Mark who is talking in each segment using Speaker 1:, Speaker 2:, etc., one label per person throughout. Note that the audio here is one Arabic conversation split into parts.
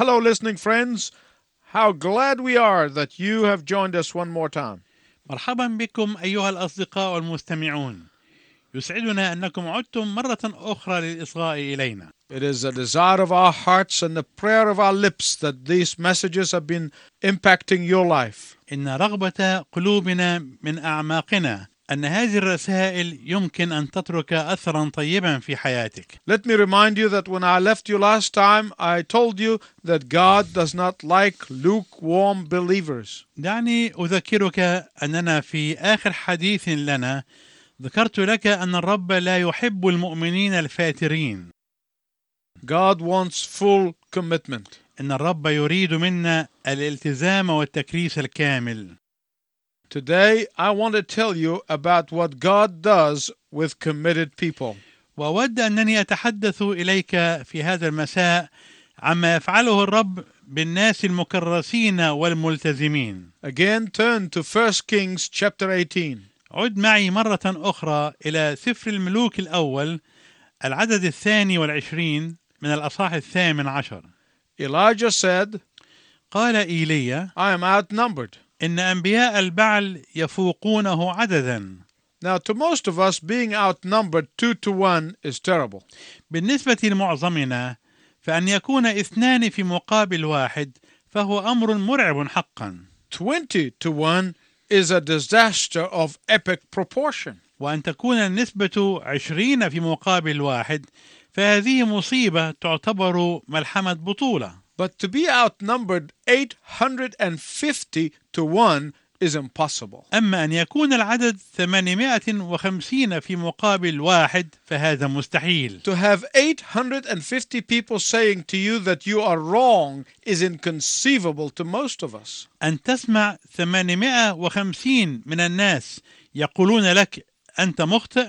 Speaker 1: Hello, listening friends. How glad we are that you have joined us one more time.
Speaker 2: مرحبا بكم أيها الأصدقاء المستمعون يسعدنا أنكم عدتم مرة أخرى للإصغاء إلينا
Speaker 1: It is the desire of our hearts and the prayer of our lips that these messages have been impacting your life.
Speaker 2: إن رغبة قلوبنا من أعماقنا أن هذه الرسائل يمكن أن تترك أثرا طيبا في حياتك
Speaker 1: Let me remind you that when I left you last time, I told you that God does not like lukewarm believers.
Speaker 2: دعني أذكرك أننا في آخر حديث لنا ذكرت لك أن الرب لا يحب المؤمنين الفاترين
Speaker 1: God wants full commitment.
Speaker 2: إن الرب يريد منا الالتزام والتكريس الكامل
Speaker 1: Today, I want to tell you about what God does with committed people.
Speaker 2: واود انني اتحدث اليك في هذا المساء عما يفعله الرب بالناس المكرسين والملتزمين.
Speaker 1: Again, turn to 1 Kings chapter 18.
Speaker 2: عد معي مرة أخرى إلى سفر الملوك الأول العدد الثاني والعشرين من الأصحاح الثامن عشر.
Speaker 1: Elijah said,
Speaker 2: قال إيليا:
Speaker 1: I am outnumbered.
Speaker 2: إن أنبياء البعل يفوقونه عددا.
Speaker 1: Now, to most of us, being outnumbered two to one is terrible.
Speaker 2: بالنسبة لمعظمنا فأن يكون اثنان في مقابل واحد فهو أمر مرعب حقا.
Speaker 1: 20 to one is a disaster of epic proportion.
Speaker 2: وأن تكون النسبة عشرين في مقابل واحد فهذه مصيبة تعتبر ملحمة بطولة
Speaker 1: But to be outnumbered 850 to one is impossible.
Speaker 2: أما أن يكون العدد 850 في مقابل واحد فهذا مستحيل
Speaker 1: To have 850 people saying to you that you are wrong is inconceivable to most of us.
Speaker 2: أن تسمع 850 من الناس يقولون لك أنت مخطئ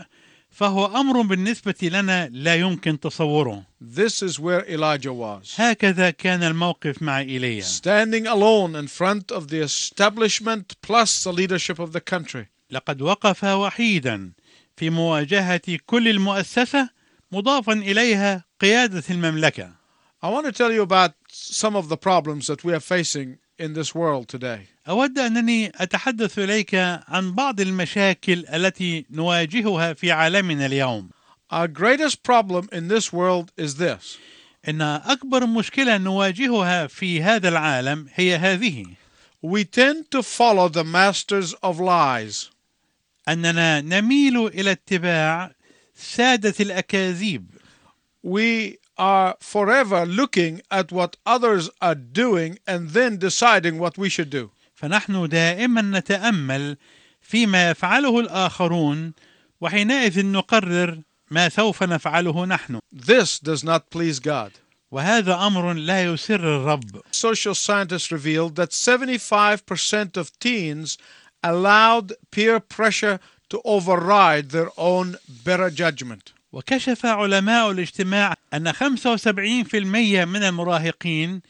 Speaker 2: فهو أمر بالنسبة لنا لا يمكن تصوره
Speaker 1: This is where Elijah was.
Speaker 2: هكذا كان الموقف مع إيليا
Speaker 1: Standing alone in front of the establishment plus the leadership of the country.
Speaker 2: لقد وقف وحيدا في مواجهة كل المؤسسة مضافا إليها قيادة المملكة
Speaker 1: I want to tell you about some of the problems that we are facing in this world today.
Speaker 2: أود أنني أتحدث إليك عن بعض المشاكل التي نواجهها في عالمنا اليوم
Speaker 1: Our greatest problem in this world is this
Speaker 2: إن أكبر مشكلة نواجهها في هذا العالم هي هذه
Speaker 1: we tend to follow the masters of lies.
Speaker 2: أننا نميل إلى اتباع سادة الأكاذيب
Speaker 1: We are forever looking at what others are doing and then deciding what we should do.
Speaker 2: فنحن دائما نتامل فيما يفعله الاخرون وحينئذ نقرر ما سوف نفعله نحن
Speaker 1: This does not please God.
Speaker 2: وهذا امر لا يسر الرب
Speaker 1: Social scientists revealed that 75% of teens allowed peer pressure to override their own better judgment.
Speaker 2: وكشف علماء الاجتماع ان 75% من المراهقين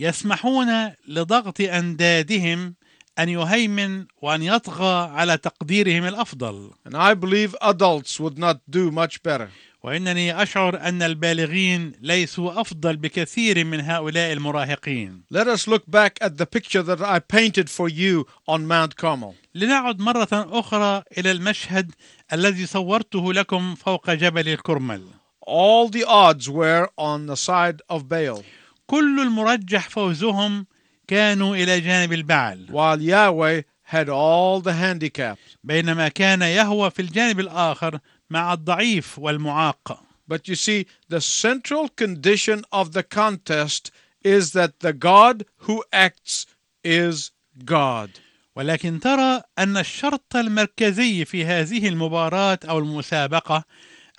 Speaker 2: يسمحون لضغط اندادهم ان يهيمن وان يطغى على تقديرهم الافضل
Speaker 1: And I believe adults would not do much better.
Speaker 2: وانني اشعر ان البالغين ليسوا افضل بكثير من هؤلاء المراهقين
Speaker 1: Let us look back at the picture that I painted for you on Mount Carmel.
Speaker 2: لنعد مرة أخرى إلى المشهد الذي صورته لكم فوق جبل الكرمل.
Speaker 1: All the odds were on the side of Baal,
Speaker 2: كل المرجح فوزهم كانوا إلى جانب البعل،
Speaker 1: while Yahweh had all the handicaps.
Speaker 2: بينما كان يهوى في الجانب الآخر مع الضعيف والمعاق.
Speaker 1: But you see, the central condition of the contest is that the God who acts is God.
Speaker 2: ولكن ترى أن الشرط المركزي في هذه المباراة أو المسابقة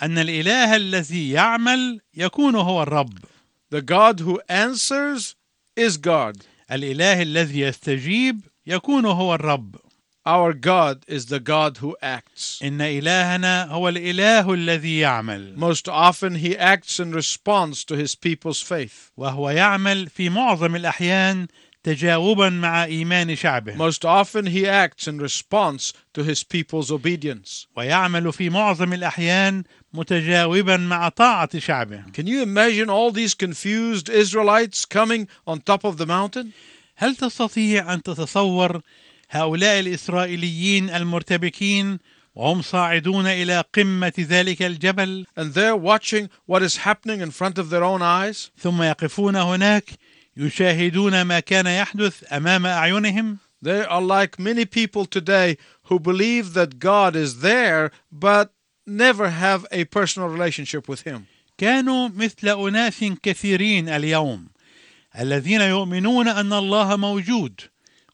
Speaker 2: أن الإله الذي يعمل يكون هو الرب.
Speaker 1: The God who answers is God.
Speaker 2: الإله الذي يستجيب يكون هو الرب.
Speaker 1: Our God is the God who acts.
Speaker 2: إن إلهنا هو الإله الذي يعمل
Speaker 1: Most often, he acts in response to his people's faith.
Speaker 2: وهو يعمل في معظم الأحيان تجاوبا مع إيمان شعبه
Speaker 1: Most often he acts in response to his people's obedience.
Speaker 2: ويعمل في معظم الأحيان متجاوبا مع طاعة شعبه
Speaker 1: Can you imagine all these confused Israelites coming on top of the mountain?
Speaker 2: هل تستطيع أن تتصور هؤلاء الإسرائيليين المرتبكين وهم صاعدون إلى قمة ذلك الجبل
Speaker 1: And they're watching what is happening in front of their own eyes?
Speaker 2: ثم يقفون هناك يشاهدون ما كان يحدث أمام أعينهم
Speaker 1: They are like many people today who believe that God is there but never have a personal relationship with Him.
Speaker 2: كانوا مثل أناس كثيرين اليوم الذين يؤمنون أن الله موجود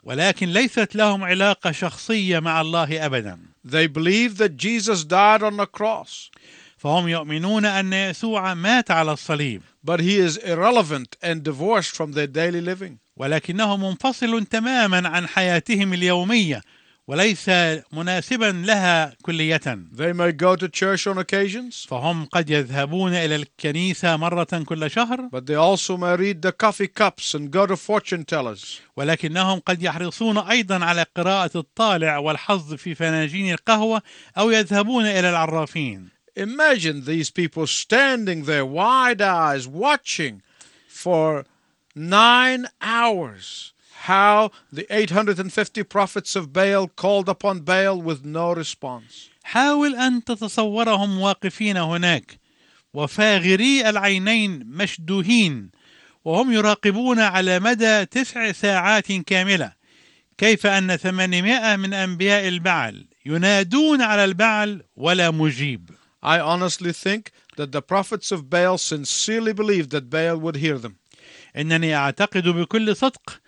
Speaker 2: ولكن ليست لهم علاقة شخصية مع الله أبدا
Speaker 1: They believe that Jesus died on the cross,
Speaker 2: فهم يؤمنون أن يسوع مات على الصليب
Speaker 1: but He is irrelevant and divorced from their daily living.
Speaker 2: ولكنه منفصل تماما عن حياتهم اليومية وليس مناسبا لها كلية
Speaker 1: They may go to church on occasions,
Speaker 2: فهم قد يذهبون إلى الكنيسة مرة كل شهر
Speaker 1: but they also may read the coffee cups and go to fortune tellers.
Speaker 2: ولكنهم قد يحرصون أيضا على قراءة الطالع والحظ في فناجين القهوة أو يذهبون إلى العرافين
Speaker 1: Imagine these people standing there, wide eyes, watching for nine hours how the 850 prophets of Baal called upon Baal with no response.
Speaker 2: حاول أن تتصورهم واقفين هناك وفاغري العينين مشدوهين وهم يراقبون على مدى تسع ساعات كاملة كيف أن 800 من أنبياء البعل ينادون على البعل ولا مجيب
Speaker 1: I honestly think that the prophets of Baal sincerely believed that Baal would hear them.
Speaker 2: إنني أعتقد بكل صدق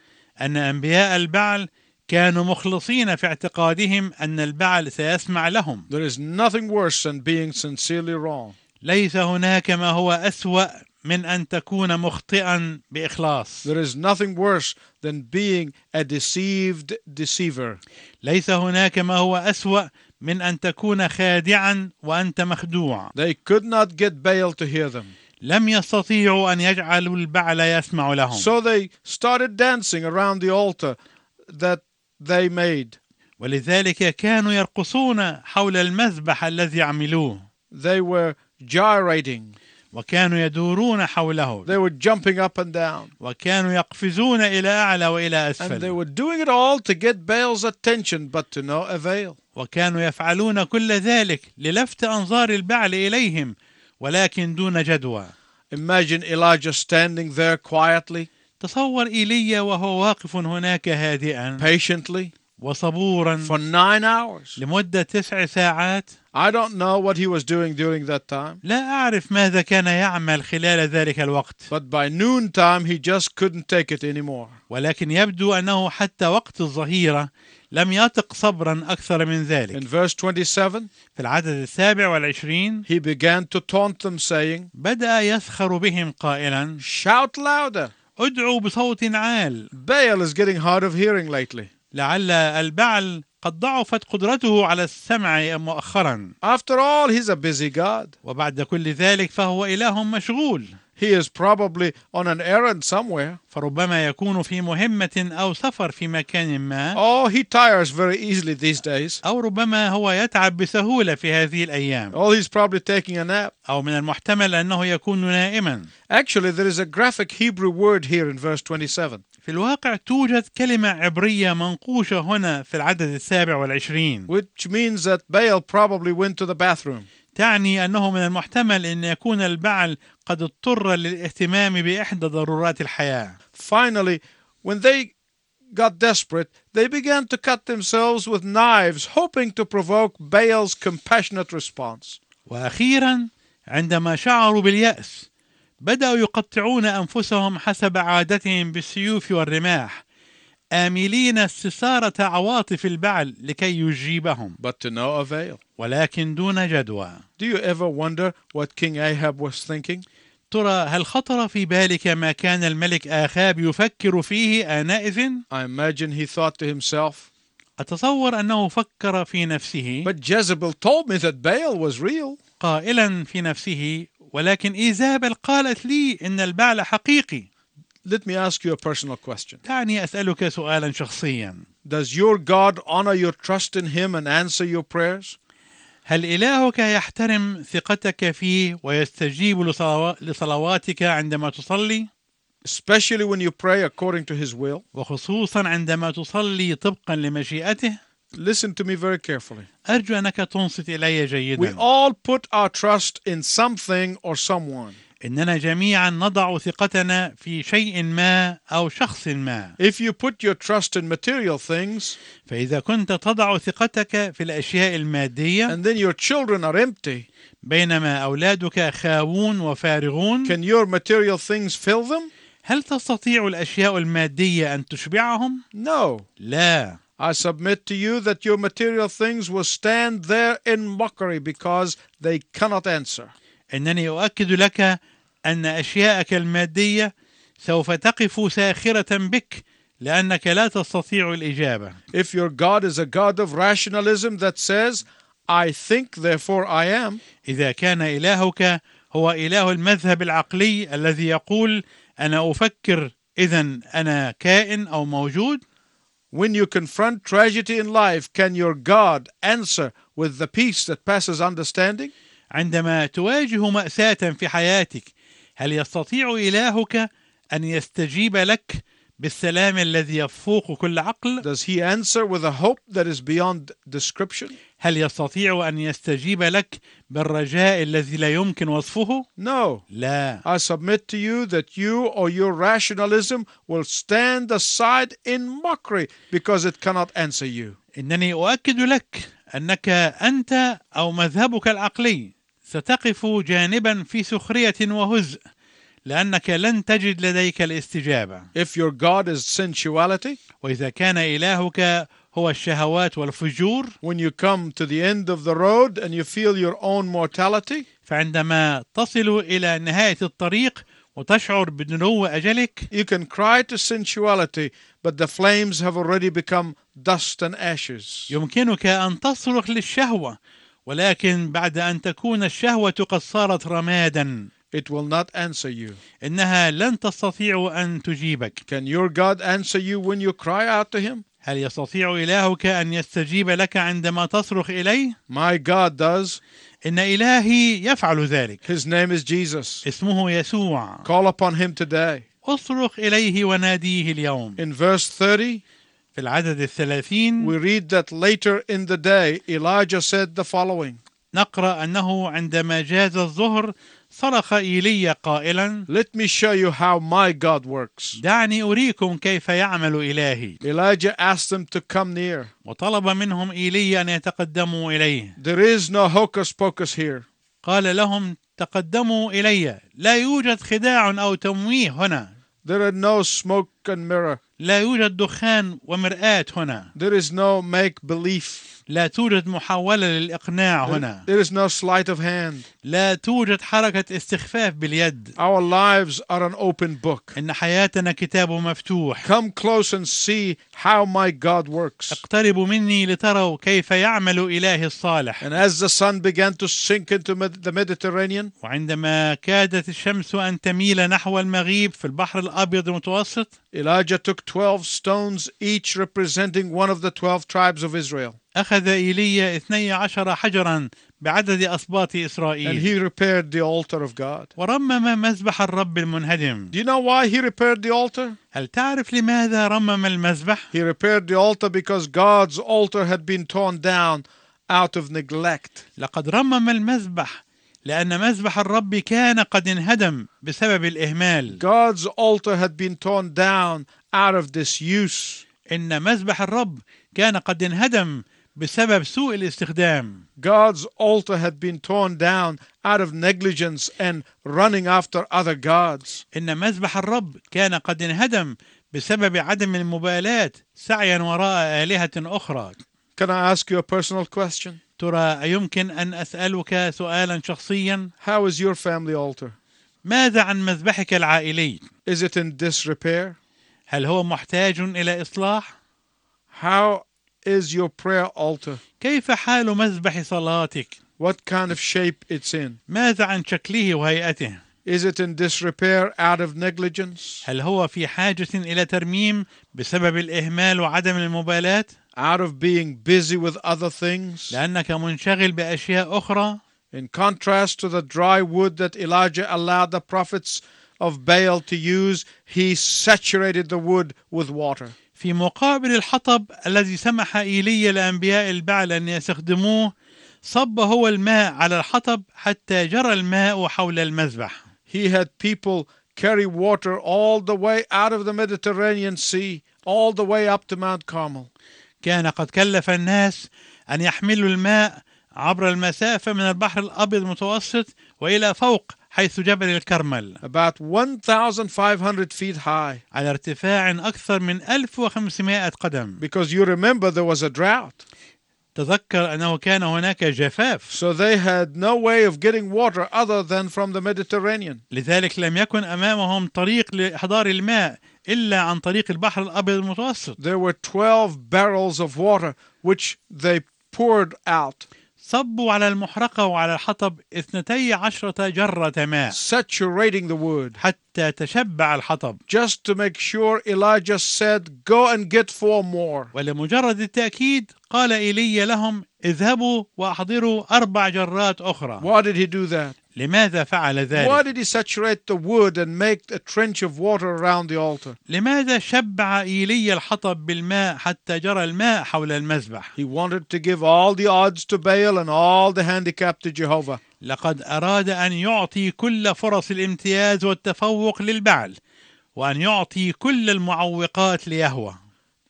Speaker 2: أن أنبياء البعل كانوا مخلصين في اعتقادهم أن البعل سيسمع لهم
Speaker 1: There is nothing worse than being sincerely wrong.
Speaker 2: ليس هناك ما هو أسوأ من أن تكون مخطئا بإخلاص
Speaker 1: There is nothing worse than being a deceived deceiver.
Speaker 2: ليس هناك ما هو أسوأ من أن تكون خادعا وأنت مخدوع
Speaker 1: They could not get Baal to hear them.
Speaker 2: لم يستطيعوا أن يجعلوا البعل يسمع لهم
Speaker 1: So they started dancing around the altar that they made.
Speaker 2: ولذلك كانوا يرقصون حول المذبح الذي عملوه
Speaker 1: They were gyrating.
Speaker 2: وكانوا يدورون حوله
Speaker 1: They were jumping up and down.
Speaker 2: وكانوا يقفزون إلى أعلى وإلى
Speaker 1: And they
Speaker 2: أسفل
Speaker 1: were doing it all to get Baal's attention, but to no avail.
Speaker 2: وكانوا يفعلون كل ذلك للفت أنظار البعل إليهم ولكن دون جدوى
Speaker 1: Imagine Elijah standing there quietly,
Speaker 2: تصور إيليا وهو واقف هناك هادئا
Speaker 1: patiently,
Speaker 2: وصبورا
Speaker 1: for nine hours.
Speaker 2: لمدة تسع ساعات
Speaker 1: I don't know what he was doing during that time,
Speaker 2: لا أعرف ماذا كان يعمل خلال ذلك الوقت
Speaker 1: but by noontime he just couldn't take it anymore.
Speaker 2: ولكن يبدو أنه حتى وقت الظهيرة لم يطق صبرا أكثر من ذلك
Speaker 1: In verse 27,
Speaker 2: في العدد السابع والعشرين
Speaker 1: he began to taunt them, saying,
Speaker 2: بدأ يسخر بهم قائلا
Speaker 1: Shout louder!
Speaker 2: ادعوا بصوت عال
Speaker 1: Baal is getting hard of hearing lately.
Speaker 2: لعل البعل قد ضعفت قدرته على السمع مؤخرا
Speaker 1: After all, he's a busy God.
Speaker 2: وبعد كل ذلك فهو إله مشغول
Speaker 1: He is probably on an errand somewhere.
Speaker 2: فربما يكون في مهمة أو سفر في مكان ما
Speaker 1: Oh, he tires very easily these days.
Speaker 2: أو ربما هو يتعب بسهولة في هذه الأيام
Speaker 1: Oh, he's probably taking a nap.
Speaker 2: أو من المحتمل أنه يكون نائما
Speaker 1: Actually, there is a graphic Hebrew word here in verse 27.
Speaker 2: في الواقع توجد كلمة عبرية منقوشة هنا في العدد السابع والعشرين
Speaker 1: Which means that Baal probably went to the bathroom.
Speaker 2: تعني أنه من المحتمل أن يكون البعل قد اضطر للاهتمام بإحدى ضرورات الحياة
Speaker 1: Finally, when they got desperate, they began to cut themselves with knives, hoping to provoke Baal's compassionate response.
Speaker 2: وأخيرا عندما شعروا باليأس بدأوا يقطعون أنفسهم حسب عادتهم بالسيوف والرماح آملين استثارة عواطف البعل لكي يجيبهم
Speaker 1: But to no avail.
Speaker 2: ولكن دون جدوى
Speaker 1: Do you ever wonder what King Ahab was thinking?
Speaker 2: ترى هل خطر في بالك ما كان الملك آخاب يفكر فيه آنئذ؟
Speaker 1: I imagine he thought to himself,
Speaker 2: أتصور أنه فكر في نفسه
Speaker 1: But Jezebel told me that Baal was real.
Speaker 2: قائلا في نفسه ولكن إيزابل قالت لي إن البعل حقيقي
Speaker 1: Let me ask you a personal question.
Speaker 2: دعني أسألك سؤالا شخصيا
Speaker 1: Does your God honor your trust in Him and answer your prayers?
Speaker 2: هل إلهك يحترم ثقتك فيه ويستجيب لصلوا- لصلواتك عندما تصلي
Speaker 1: Especially when you pray according to His will?
Speaker 2: وخصوصا عندما تصلي طبقا لمشيئته
Speaker 1: Listen to me very carefully.
Speaker 2: أرجو أنك تنصت إلي
Speaker 1: We
Speaker 2: جيدا
Speaker 1: all put our trust in something or someone.
Speaker 2: إننا جميعا نضع ثقتنا في شيء ما أو شخص ما
Speaker 1: If you put your trust in material things
Speaker 2: فإذا كنت تضع ثقتك في الأشياء المادية
Speaker 1: and then your children are empty,
Speaker 2: بينما أولادك خاوون وفارغون
Speaker 1: can your material things fill them?
Speaker 2: هل تستطيع الأشياء المادية أن تشبعهم؟
Speaker 1: No.
Speaker 2: لا
Speaker 1: I submit to you that your material things will stand there in mockery because they cannot answer.
Speaker 2: إنني أؤكد لك أن أشياءك المادية سوف تقف ساخرة بك لأنك لا تستطيع الإجابة
Speaker 1: If your God is a God of rationalism that says, I think, therefore I am,
Speaker 2: إذا كان إلهك هو إله المذهب العقلي الذي يقول أنا أفكر إذا أنا كائن أو موجود
Speaker 1: when you confront tragedy in life, can your God answer with the peace that passes understanding?
Speaker 2: عندما تواجه مأساة في حياتك هل يستطيع إلهك أن يستجيب لك بالسلام الذي يفوق كل عقل؟
Speaker 1: Does He answer with a hope that is beyond description?
Speaker 2: هل يستطيع أن يستجيب لك بالرجاء الذي لا يمكن وصفه؟
Speaker 1: No.
Speaker 2: لا
Speaker 1: I submit to you that you or your rationalism will stand aside in mockery because it cannot answer you.
Speaker 2: إنني أؤكد لك أنك أنت أو مذهبك العقلي ستقف جانبا في سخرية وهزء لأنك لن تجد لديك الاستجابة
Speaker 1: If your God is sensuality,
Speaker 2: وإذا كان إلهك هو الشهوات والفجور
Speaker 1: when you come to the end of the road and you feel your own mortality,
Speaker 2: فعندما تصل إلى نهاية الطريق وتشعر بدنو أجلك
Speaker 1: you can cry to sensuality, but the flames have already become dust and ashes.
Speaker 2: يمكنك أن تصرخ للشهوة ولكن بعد أن تكون الشهوة قد صارت رمادا
Speaker 1: It will not answer you.
Speaker 2: إنها لن تستطيع أن تجيبك
Speaker 1: Can your God answer you when you cry out to Him?
Speaker 2: هل يستطيع إلهك أن يستجيب لك عندما تصرخ إليه؟
Speaker 1: My God does.
Speaker 2: إن إلهي يفعل ذلك
Speaker 1: His name is Jesus.
Speaker 2: اسمه يسوع
Speaker 1: Call upon Him today.
Speaker 2: أصرخ إليه وناديه اليوم
Speaker 1: In verse 30,
Speaker 2: في العدد الثلاثين
Speaker 1: we read that later in the day, Elijah said the following
Speaker 2: نقرأ أنه عندما جاز الظهر صرخ إيليا قائلا
Speaker 1: Let me show you how my God works.
Speaker 2: دعني أريكم كيف يعمل إلهي
Speaker 1: Elijah asked them to come near.
Speaker 2: وطلب منهم إيليا أن يتقدموا إليه
Speaker 1: There is no hocus pocus here.
Speaker 2: قال لهم تقدموا إلي لا يوجد خداع أو تمويه هنا
Speaker 1: There are no smoke and mirror.
Speaker 2: لا يوجد دخان ومرآة هنا
Speaker 1: There is no make belief.
Speaker 2: لا توجد محاولة للإقناع هنا
Speaker 1: There is no sleight of hand.
Speaker 2: لا توجد حركة استخفاف باليد
Speaker 1: Our lives are an open book.
Speaker 2: إن حياتنا كتاب مفتوح
Speaker 1: Come close and see how my God works.
Speaker 2: اقتربوا مني لتروا كيف يعمل إلهي الصالح
Speaker 1: And as the sun began to sink into Med- the Mediterranean,
Speaker 2: وعندما كادت الشمس أن تميل نحو المغيب في البحر الأبيض المتوسط
Speaker 1: Elijah took 12 stones, each representing one of the 12 tribes of Israel,
Speaker 2: أخذ إيليا 12 حجرا بعدد أسباط
Speaker 1: and
Speaker 2: إسرائيل
Speaker 1: he repaired the altar of God.
Speaker 2: ورمم مذبح الرب المنهدم
Speaker 1: Do you know why he repaired the altar?
Speaker 2: هل تعرف لماذا رمم المذبح؟
Speaker 1: He repaired the altar because God's altar had been torn down out of neglect.
Speaker 2: لقد رمم المذبح لأن مذبح الرب كان قد انهدم بسبب الإهمال
Speaker 1: God's altar had been torn down out of disuse.
Speaker 2: إن مذبح الرب كان قد انهدم بسبب سوء الاستخدام
Speaker 1: God's altar had been torn down out of negligence and running after other gods.
Speaker 2: إن مذبح الرب كان قد انهدم بسبب عدم المبالاة سعيا وراء آلهة أخرى
Speaker 1: Can I ask you a personal question?
Speaker 2: ترى أيمكن أن أسألك سؤالا شخصيا
Speaker 1: How is your family altar?
Speaker 2: ماذا عن مذبحك العائلي
Speaker 1: Is it in disrepair?
Speaker 2: هل هو محتاج إلى إصلاح
Speaker 1: How is your prayer altar?
Speaker 2: كيف حال مذبح صلاتك
Speaker 1: What kind of shape it's in?
Speaker 2: ماذا عن شكله وهيئته
Speaker 1: Is it in disrepair out of negligence,
Speaker 2: هل هو في حاجة إلى ترميم بسبب الإهمال وعدم المبالاة؟
Speaker 1: out of being busy with other things?
Speaker 2: لأنك منشغل بأشياء أخرى
Speaker 1: In contrast to the dry wood that Elijah allowed the prophets of Baal to use, he saturated the wood with water.
Speaker 2: في مقابل الحطب الذي سمح إيليا لأنبياء البعل أن يستخدموه صب هو الماء على الحطب حتى جرى الماء حول المذبح
Speaker 1: He had people carry water all the way out of the Mediterranean Sea, all the way up to Mount Carmel.
Speaker 2: كان قد كلف الناس أن يحملوا الماء عبر المسافة من البحر الأبيض المتوسط وإلى فوق حيث جبل الكرمل
Speaker 1: about 1,500 feet high.
Speaker 2: على ارتفاع أكثر من 1500 قدم
Speaker 1: Because you remember there was a drought.
Speaker 2: تذكر أنه كان هناك جفاف
Speaker 1: So they had no way of getting water other than from the Mediterranean.
Speaker 2: لذلك لم يكن أمامهم طريق لإحضار الماء إلا عن طريق البحر الأبيض المتوسط
Speaker 1: There were 12 barrels of water which they poured out,
Speaker 2: صبوا على المحرقة وعلى الحطب اثنتي عشرة جرة ماء
Speaker 1: saturating the wood,
Speaker 2: حتى تشبع الحطب
Speaker 1: just to make sure Elijah said, Go and get four more.
Speaker 2: ولمجرد التأكيد قال إيليا لهم اذهبوا وأحضروا أربع جرات أخرى
Speaker 1: Why did he do that?
Speaker 2: لماذا فعل
Speaker 1: Why
Speaker 2: ذلك؟
Speaker 1: did he saturate the wood and make a trench of water around the altar?
Speaker 2: لماذا شبع إيليا الحطب بالماء حتى جرى الماء حول المذبح؟
Speaker 1: He wanted to give all the odds to Baal and all the handicap to Jehovah.
Speaker 2: لقد أراد أن يعطي كل فرص الامتياز والتفوق للبعل وأن يعطي كل المعوقات ليهوه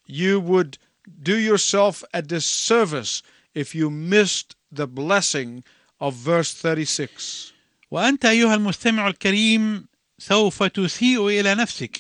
Speaker 1: you would do yourself a disservice if you missed the blessing of verse 36.
Speaker 2: وأنت أيها المستمع الكريم سوف تسيء إلى نفسك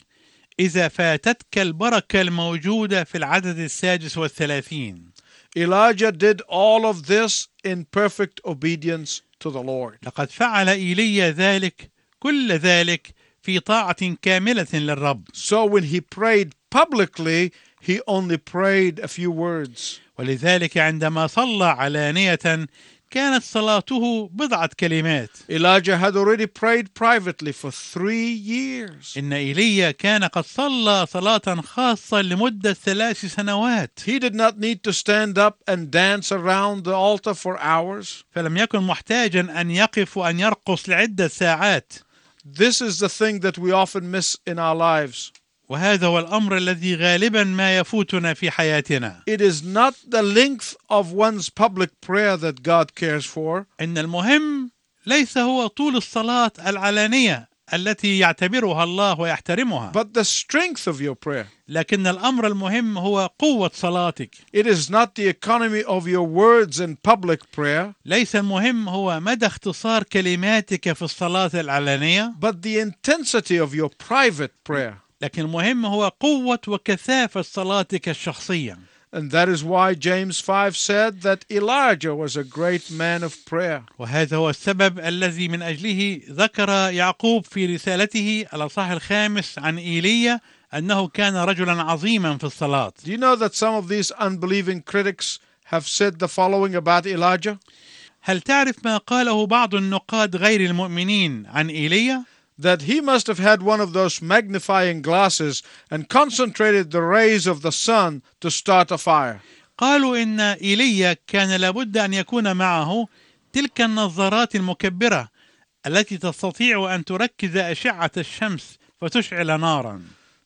Speaker 2: إذا فاتتك البركة الموجودة في العدد السادس والثلاثين
Speaker 1: Elijah did all of this in perfect obedience to the Lord.
Speaker 2: لقد فعل إيليا ذلك كل ذلك في طاعة كاملة للرب
Speaker 1: So when he prayed publicly, he only prayed a few words.
Speaker 2: ولذلك عندما صلى علانية كانت صلاته بضعة كلمات
Speaker 1: Elijah had already prayed privately for three years.
Speaker 2: إن إيليا كان قد صلى صلاة خاصة لمدة ثلاث سنوات
Speaker 1: He did not need to stand up and dance around the altar for hours.
Speaker 2: فلم يكن محتاجا أن يقف وأن يرقص لعدة ساعات
Speaker 1: This is the thing that we often miss in our lives.
Speaker 2: وهذا هو الأمر الذي غالبا ما يفوتنا في حياتنا
Speaker 1: It is not the length of one's public prayer that God cares for.
Speaker 2: إن المهم ليس هو طول الصلاة العلانية التي يعتبرها الله ويحترمها
Speaker 1: But the strength of your prayer.
Speaker 2: لكن الأمر المهم هو قوة صلاتك
Speaker 1: It is not the economy of your words in public prayer,
Speaker 2: ليس المهم هو مدى اختصار كلماتك في الصلاة العلانية
Speaker 1: but the intensity of your private prayer.
Speaker 2: لكن المهم هو قوة وكثافة صلاتك الشخصية
Speaker 1: And that is why James 5 said that Elijah was a great man of prayer.
Speaker 2: وهذا هو السبب الذي من أجله ذكر يعقوب في رسالته الأصحاح الخامس عن إيليا أنه كان رجلا عظيما في الصلاة
Speaker 1: Do you know that some of these unbelieving critics have said the following about Elijah?
Speaker 2: هل تعرف ما قاله بعض النقاد غير المؤمنين عن إيليا؟
Speaker 1: That he must have had one of those magnifying glasses and concentrated the rays of the sun to start a fire.
Speaker 2: قالوا إن إيليا كان لابد أن يكون معه تلك النظارات المكبرة التي تستطيع أن تركز أشعة الشمس فتشعل نارا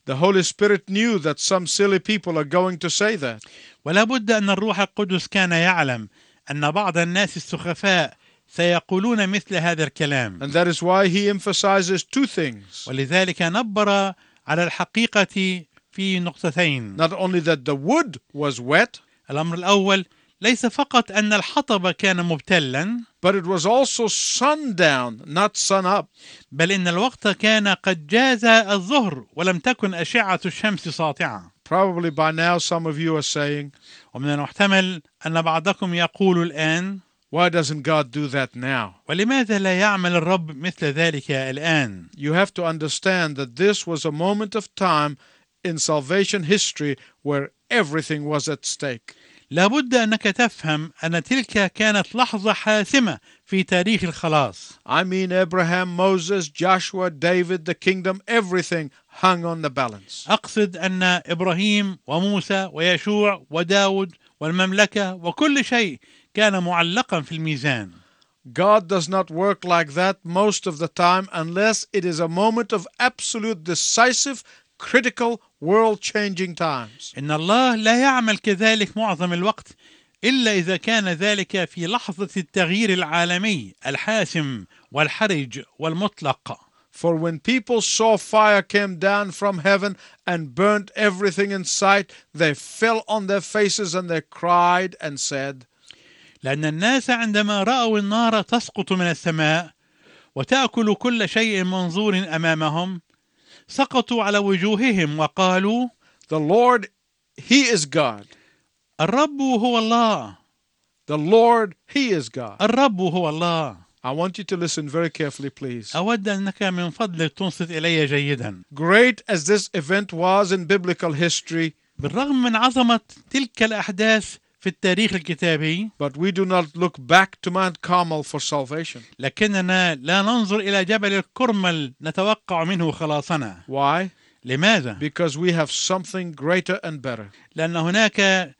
Speaker 1: The Holy Spirit knew that some silly people are going to say that.
Speaker 2: ولا بد أن الروح القدس كان يعلم أن بعض الناس السخفاء سيقولون مثل هذا الكلام
Speaker 1: And that is why he emphasizes two things.
Speaker 2: ولذلك نبر على الحقيقة في نقطتين
Speaker 1: Not only that the wood was wet,
Speaker 2: الأمر الأول ليس فقط أن الحطب كان مبتلا
Speaker 1: but it was also sundown, not sun up.
Speaker 2: بل إن الوقت كان قد جاز الظهر ولم تكن أشعة الشمس ساطعة
Speaker 1: Probably by now some of you are saying,
Speaker 2: ومن المحتمل أن بعضكم يقول الآن
Speaker 1: why doesn't God do that now?
Speaker 2: ولماذا لا يعمل الرب مثل ذلك الآن
Speaker 1: You have to understand that this was a moment of time in salvation history where everything was at stake.
Speaker 2: لابد أنك تفهم أن تلك كانت لحظة حاسمة في تاريخ الخلاص
Speaker 1: I mean, Abraham, Moses, Joshua, David, the kingdom, everything hung on the balance.
Speaker 2: أقصد أن إبراهيم وموسى ويشوع وداود والمملكة وكل شيء كان معلقا في الميزان
Speaker 1: God does not work like that most of the time unless it is a moment of absolute, decisive, critical, world changing times.
Speaker 2: إن الله لا يعمل كذلك معظم الوقت إلا إذا كان ذلك في لحظة التغيير العالمي الحاسم والحرج والمطلق
Speaker 1: For when people saw fire came down from heaven and burnt everything in sight, they fell on their faces and they cried and said,
Speaker 2: لأن الناس عندما رأوا النار تسقط من السماء وتأكل كل شيء منظور أمامهم سقطوا على وجوههم وقالوا
Speaker 1: The Lord, He is God.
Speaker 2: الرب هو الله
Speaker 1: The Lord, He is God.
Speaker 2: الرب هو الله
Speaker 1: I want you to listen very carefully, please.
Speaker 2: أود أنك من فضلك تنصت إلي جيدا
Speaker 1: Great as this event was in biblical history,
Speaker 2: بالرغم من عظمة تلك الأحداث في التاريخ الكتابي
Speaker 1: But we do not look back to Mount Carmel for salvation.
Speaker 2: لكننا لا ننظر إلى جبل الكرمل نتوقع منه خلاصنا
Speaker 1: Why?
Speaker 2: لماذا؟
Speaker 1: Because we have something greater and better.
Speaker 2: لأن هناك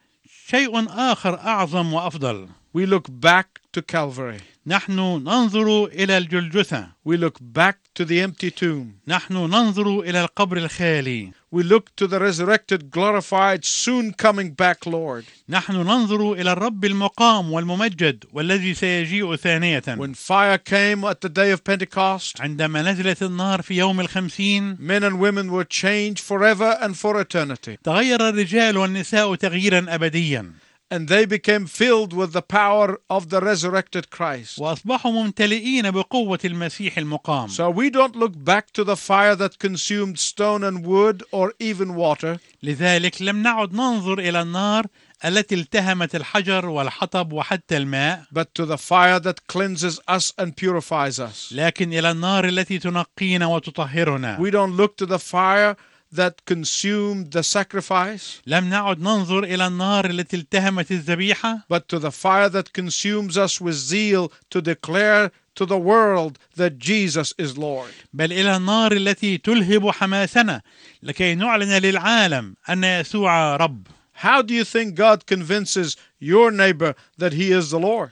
Speaker 2: شيء آخر أعظم وأفضل
Speaker 1: We look back to Calvary.
Speaker 2: نحن ننظر إلى الجلجثة
Speaker 1: We look back to the empty tomb.
Speaker 2: نحن ننظر إلى القبر الخالي
Speaker 1: We look to the resurrected, glorified, soon coming back Lord.
Speaker 2: نحن ننظر إلى الرب المقام والممجد والذي سيجيء ثانية
Speaker 1: When fire came at the day of Pentecost,
Speaker 2: عندما نزلت النار في يوم الخمسين
Speaker 1: men and women were changed forever and for eternity.
Speaker 2: تغير الرجال والنساء تغييرا أبديا
Speaker 1: And they became filled with the power of the resurrected Christ.
Speaker 2: وأصبحوا ممتلئين بقوة المسيح المقام
Speaker 1: So we don't look back to the fire that consumed stone and wood or even water.
Speaker 2: لذلك لم نعد ننظر إلى النار التي التهمت الحجر والحطب وحتى الماء
Speaker 1: but to the fire that cleanses us and purifies us.
Speaker 2: لكن إلى النار التي تنقينا وتطهرنا
Speaker 1: We don't look to the fire that consumed the sacrifice,
Speaker 2: لم نعد ننظر إلى النار التي التهمت الذبيحة
Speaker 1: but to the fire that consumes us with zeal to declare to the world that Jesus is Lord.
Speaker 2: بل إلى النار التي تلهب حماسنا لكي نعلن للعالم أن يسوع رب
Speaker 1: How do you think God convinces your neighbor that he is the Lord?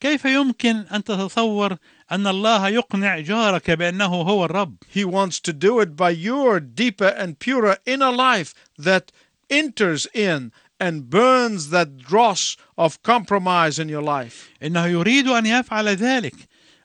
Speaker 2: كيف يمكن أن تتصور أن الله يقنع جارك بأنه هو الرب
Speaker 1: He wants to do it by your deeper and purer inner life that enters in and burns that dross of compromise in your life.
Speaker 2: إنه يريد أن يفعل ذلك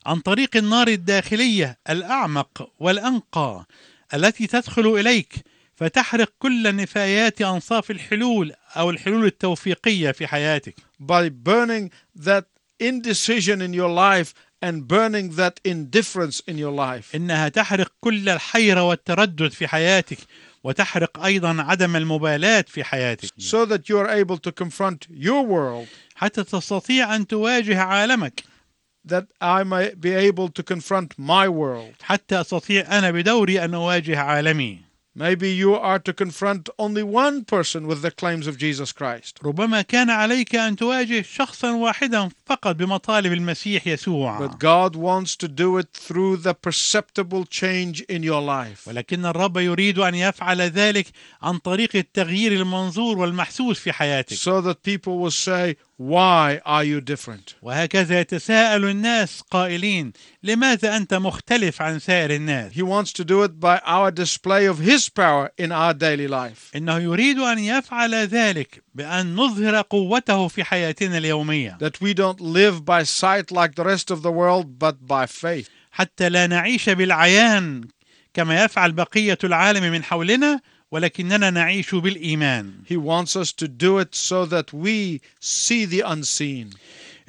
Speaker 2: عن طريق النار الداخلية الأعمق والأنقى التي تدخل إليك فتحرق كل نفايات أنصاف الحلول أو الحلول التوفيقية في حياتك
Speaker 1: by burning that indecision in your life and burning that indifference in your life.
Speaker 2: إنها تحرق كل الحيرة والتردد في حياتك وتحرق أيضا عدم المبالاة في حياتك
Speaker 1: So that you are able to confront your world,
Speaker 2: حتى تستطيع أن تواجه عالمك
Speaker 1: that I may be able to confront my world.
Speaker 2: حتى أستطيع أنا بدوري أن أواجه عالمي
Speaker 1: Maybe you are to confront only one person with the claims of Jesus Christ.
Speaker 2: ربما كان عليك أن تواجه شخصا واحدا فقط بمطالب المسيح يسوع
Speaker 1: But God wants to do it through the perceptible change in your life.
Speaker 2: ولكن الرب يريد أن يفعل ذلك عن طريق التغيير المنظور والمحسوس في حياتك
Speaker 1: So that people will say, Why are you different?
Speaker 2: وهكذا يتساءل الناس قائلين لماذا أنت مختلف عن سائر الناس
Speaker 1: He wants to do it by our display of His power in our daily life.
Speaker 2: إنه يريد أن يفعل ذلك بأن نظهر قوته في حياتنا اليومية
Speaker 1: that we don't live by sight like the rest of the world, but by faith.
Speaker 2: حتى لا نعيش بالعيان كما يفعل بقية العالم من حولنا ولكننا نعيش بالإيمان
Speaker 1: He wants us to do it so that we see the unseen.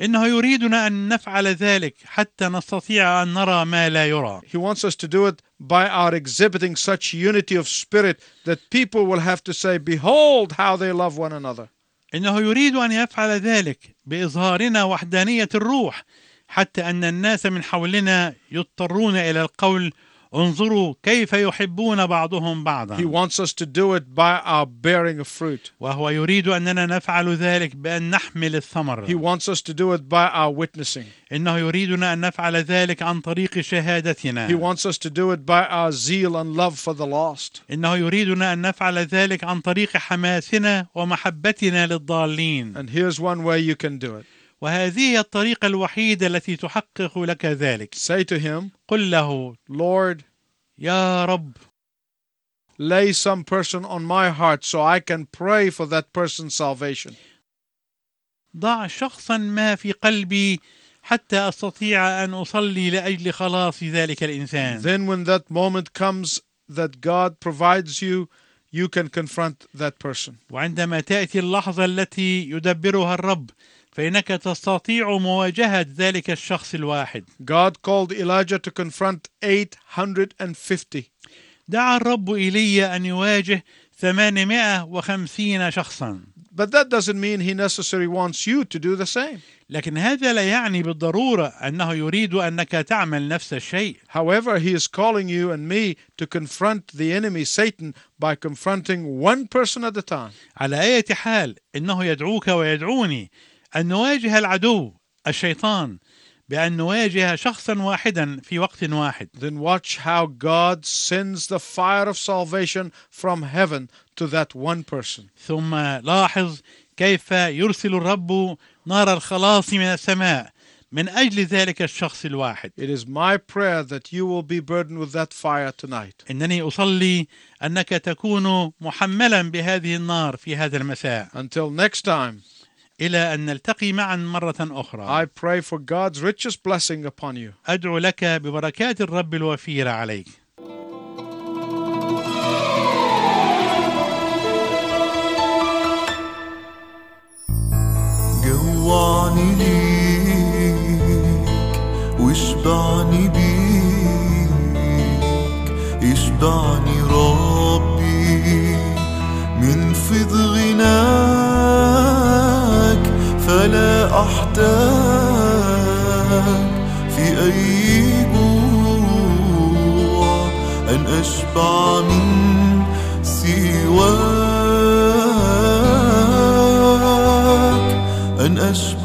Speaker 2: إنه يريدنا أن نفعل ذلك حتى نستطيع أن نرى ما لا يرى
Speaker 1: He wants us to do it by our exhibiting such unity of spirit that people will have to say, Behold how they love one another.
Speaker 2: إنه يريد أن يفعل ذلك بإظهارنا وحدانية الروح حتى أن الناس من حولنا يضطرون إلى القول انظروا كيف يحبون بعضهم بعضا
Speaker 1: He wants us to do it by our bearing of fruit.
Speaker 2: وهو يريد أننا نفعل ذلك بأن نحمل
Speaker 1: He
Speaker 2: الثمر
Speaker 1: wants us to do it by our witnessing.
Speaker 2: إنه يريدنا أن نفعل ذلك عن طريق
Speaker 1: He
Speaker 2: شهادتنا
Speaker 1: wants us to do it by our zeal and love for the lost.
Speaker 2: إنه يريدنا أن نفعل ذلك عن طريق حماسنا ومحبتنا للضالين
Speaker 1: And here's one way you can do it.
Speaker 2: وهذه هي الطريقة الوحيدة التي تحقق لك ذلك
Speaker 1: Say to him,
Speaker 2: قل له
Speaker 1: Lord,
Speaker 2: يا رب
Speaker 1: lay some person on my heart so I can pray for that person's salvation.
Speaker 2: ضع شخصا ما في قلبي حتى استطيع ان اصلي لاجل خلاص ذلك الانسان
Speaker 1: Then, when that moment comes that God provides you, you can confront that person.
Speaker 2: وعندما تاتي اللحظه التي يدبرها الرب فانك تستطيع مواجهه ذلك الشخص الواحد
Speaker 1: God called Elijah to confront 850.
Speaker 2: دعا الرب ايليا ان يواجه 850 شخصا
Speaker 1: But that doesn't mean he necessarily wants you to do the same.
Speaker 2: لكن هذا لا يعني بالضروره انه يريد انك تعمل نفس الشيء
Speaker 1: However, he is calling you and me to confront the enemy, Satan, by confronting one person at a time.
Speaker 2: على أي حال إنه يدعوك ويدعوني أن نواجه العدو الشيطان بأن نواجه شخصا واحدا في وقت واحد
Speaker 1: Then watch how God sends the fire of salvation from heaven to that one person.
Speaker 2: ثم لاحظ كيف يرسل الرب نار الخلاص من السماء من أجل ذلك الشخص الواحد
Speaker 1: It is my prayer that you will be burdened with that fire tonight.
Speaker 2: إنني أصلي أنك تكون محملا بهذه النار في هذا المساء
Speaker 1: Until next time,
Speaker 2: إلى أن نلتقي معا مرة أخرى
Speaker 1: I pray for God's richest blessing upon you.
Speaker 2: أدعو لك ببركات الرب الوفيرة عليك
Speaker 3: جوعني ليك واشبعني بيك اشبعني ربي من فيض غناك فلا احتاج في اي جوع ان اشبع من سواك أن أشبع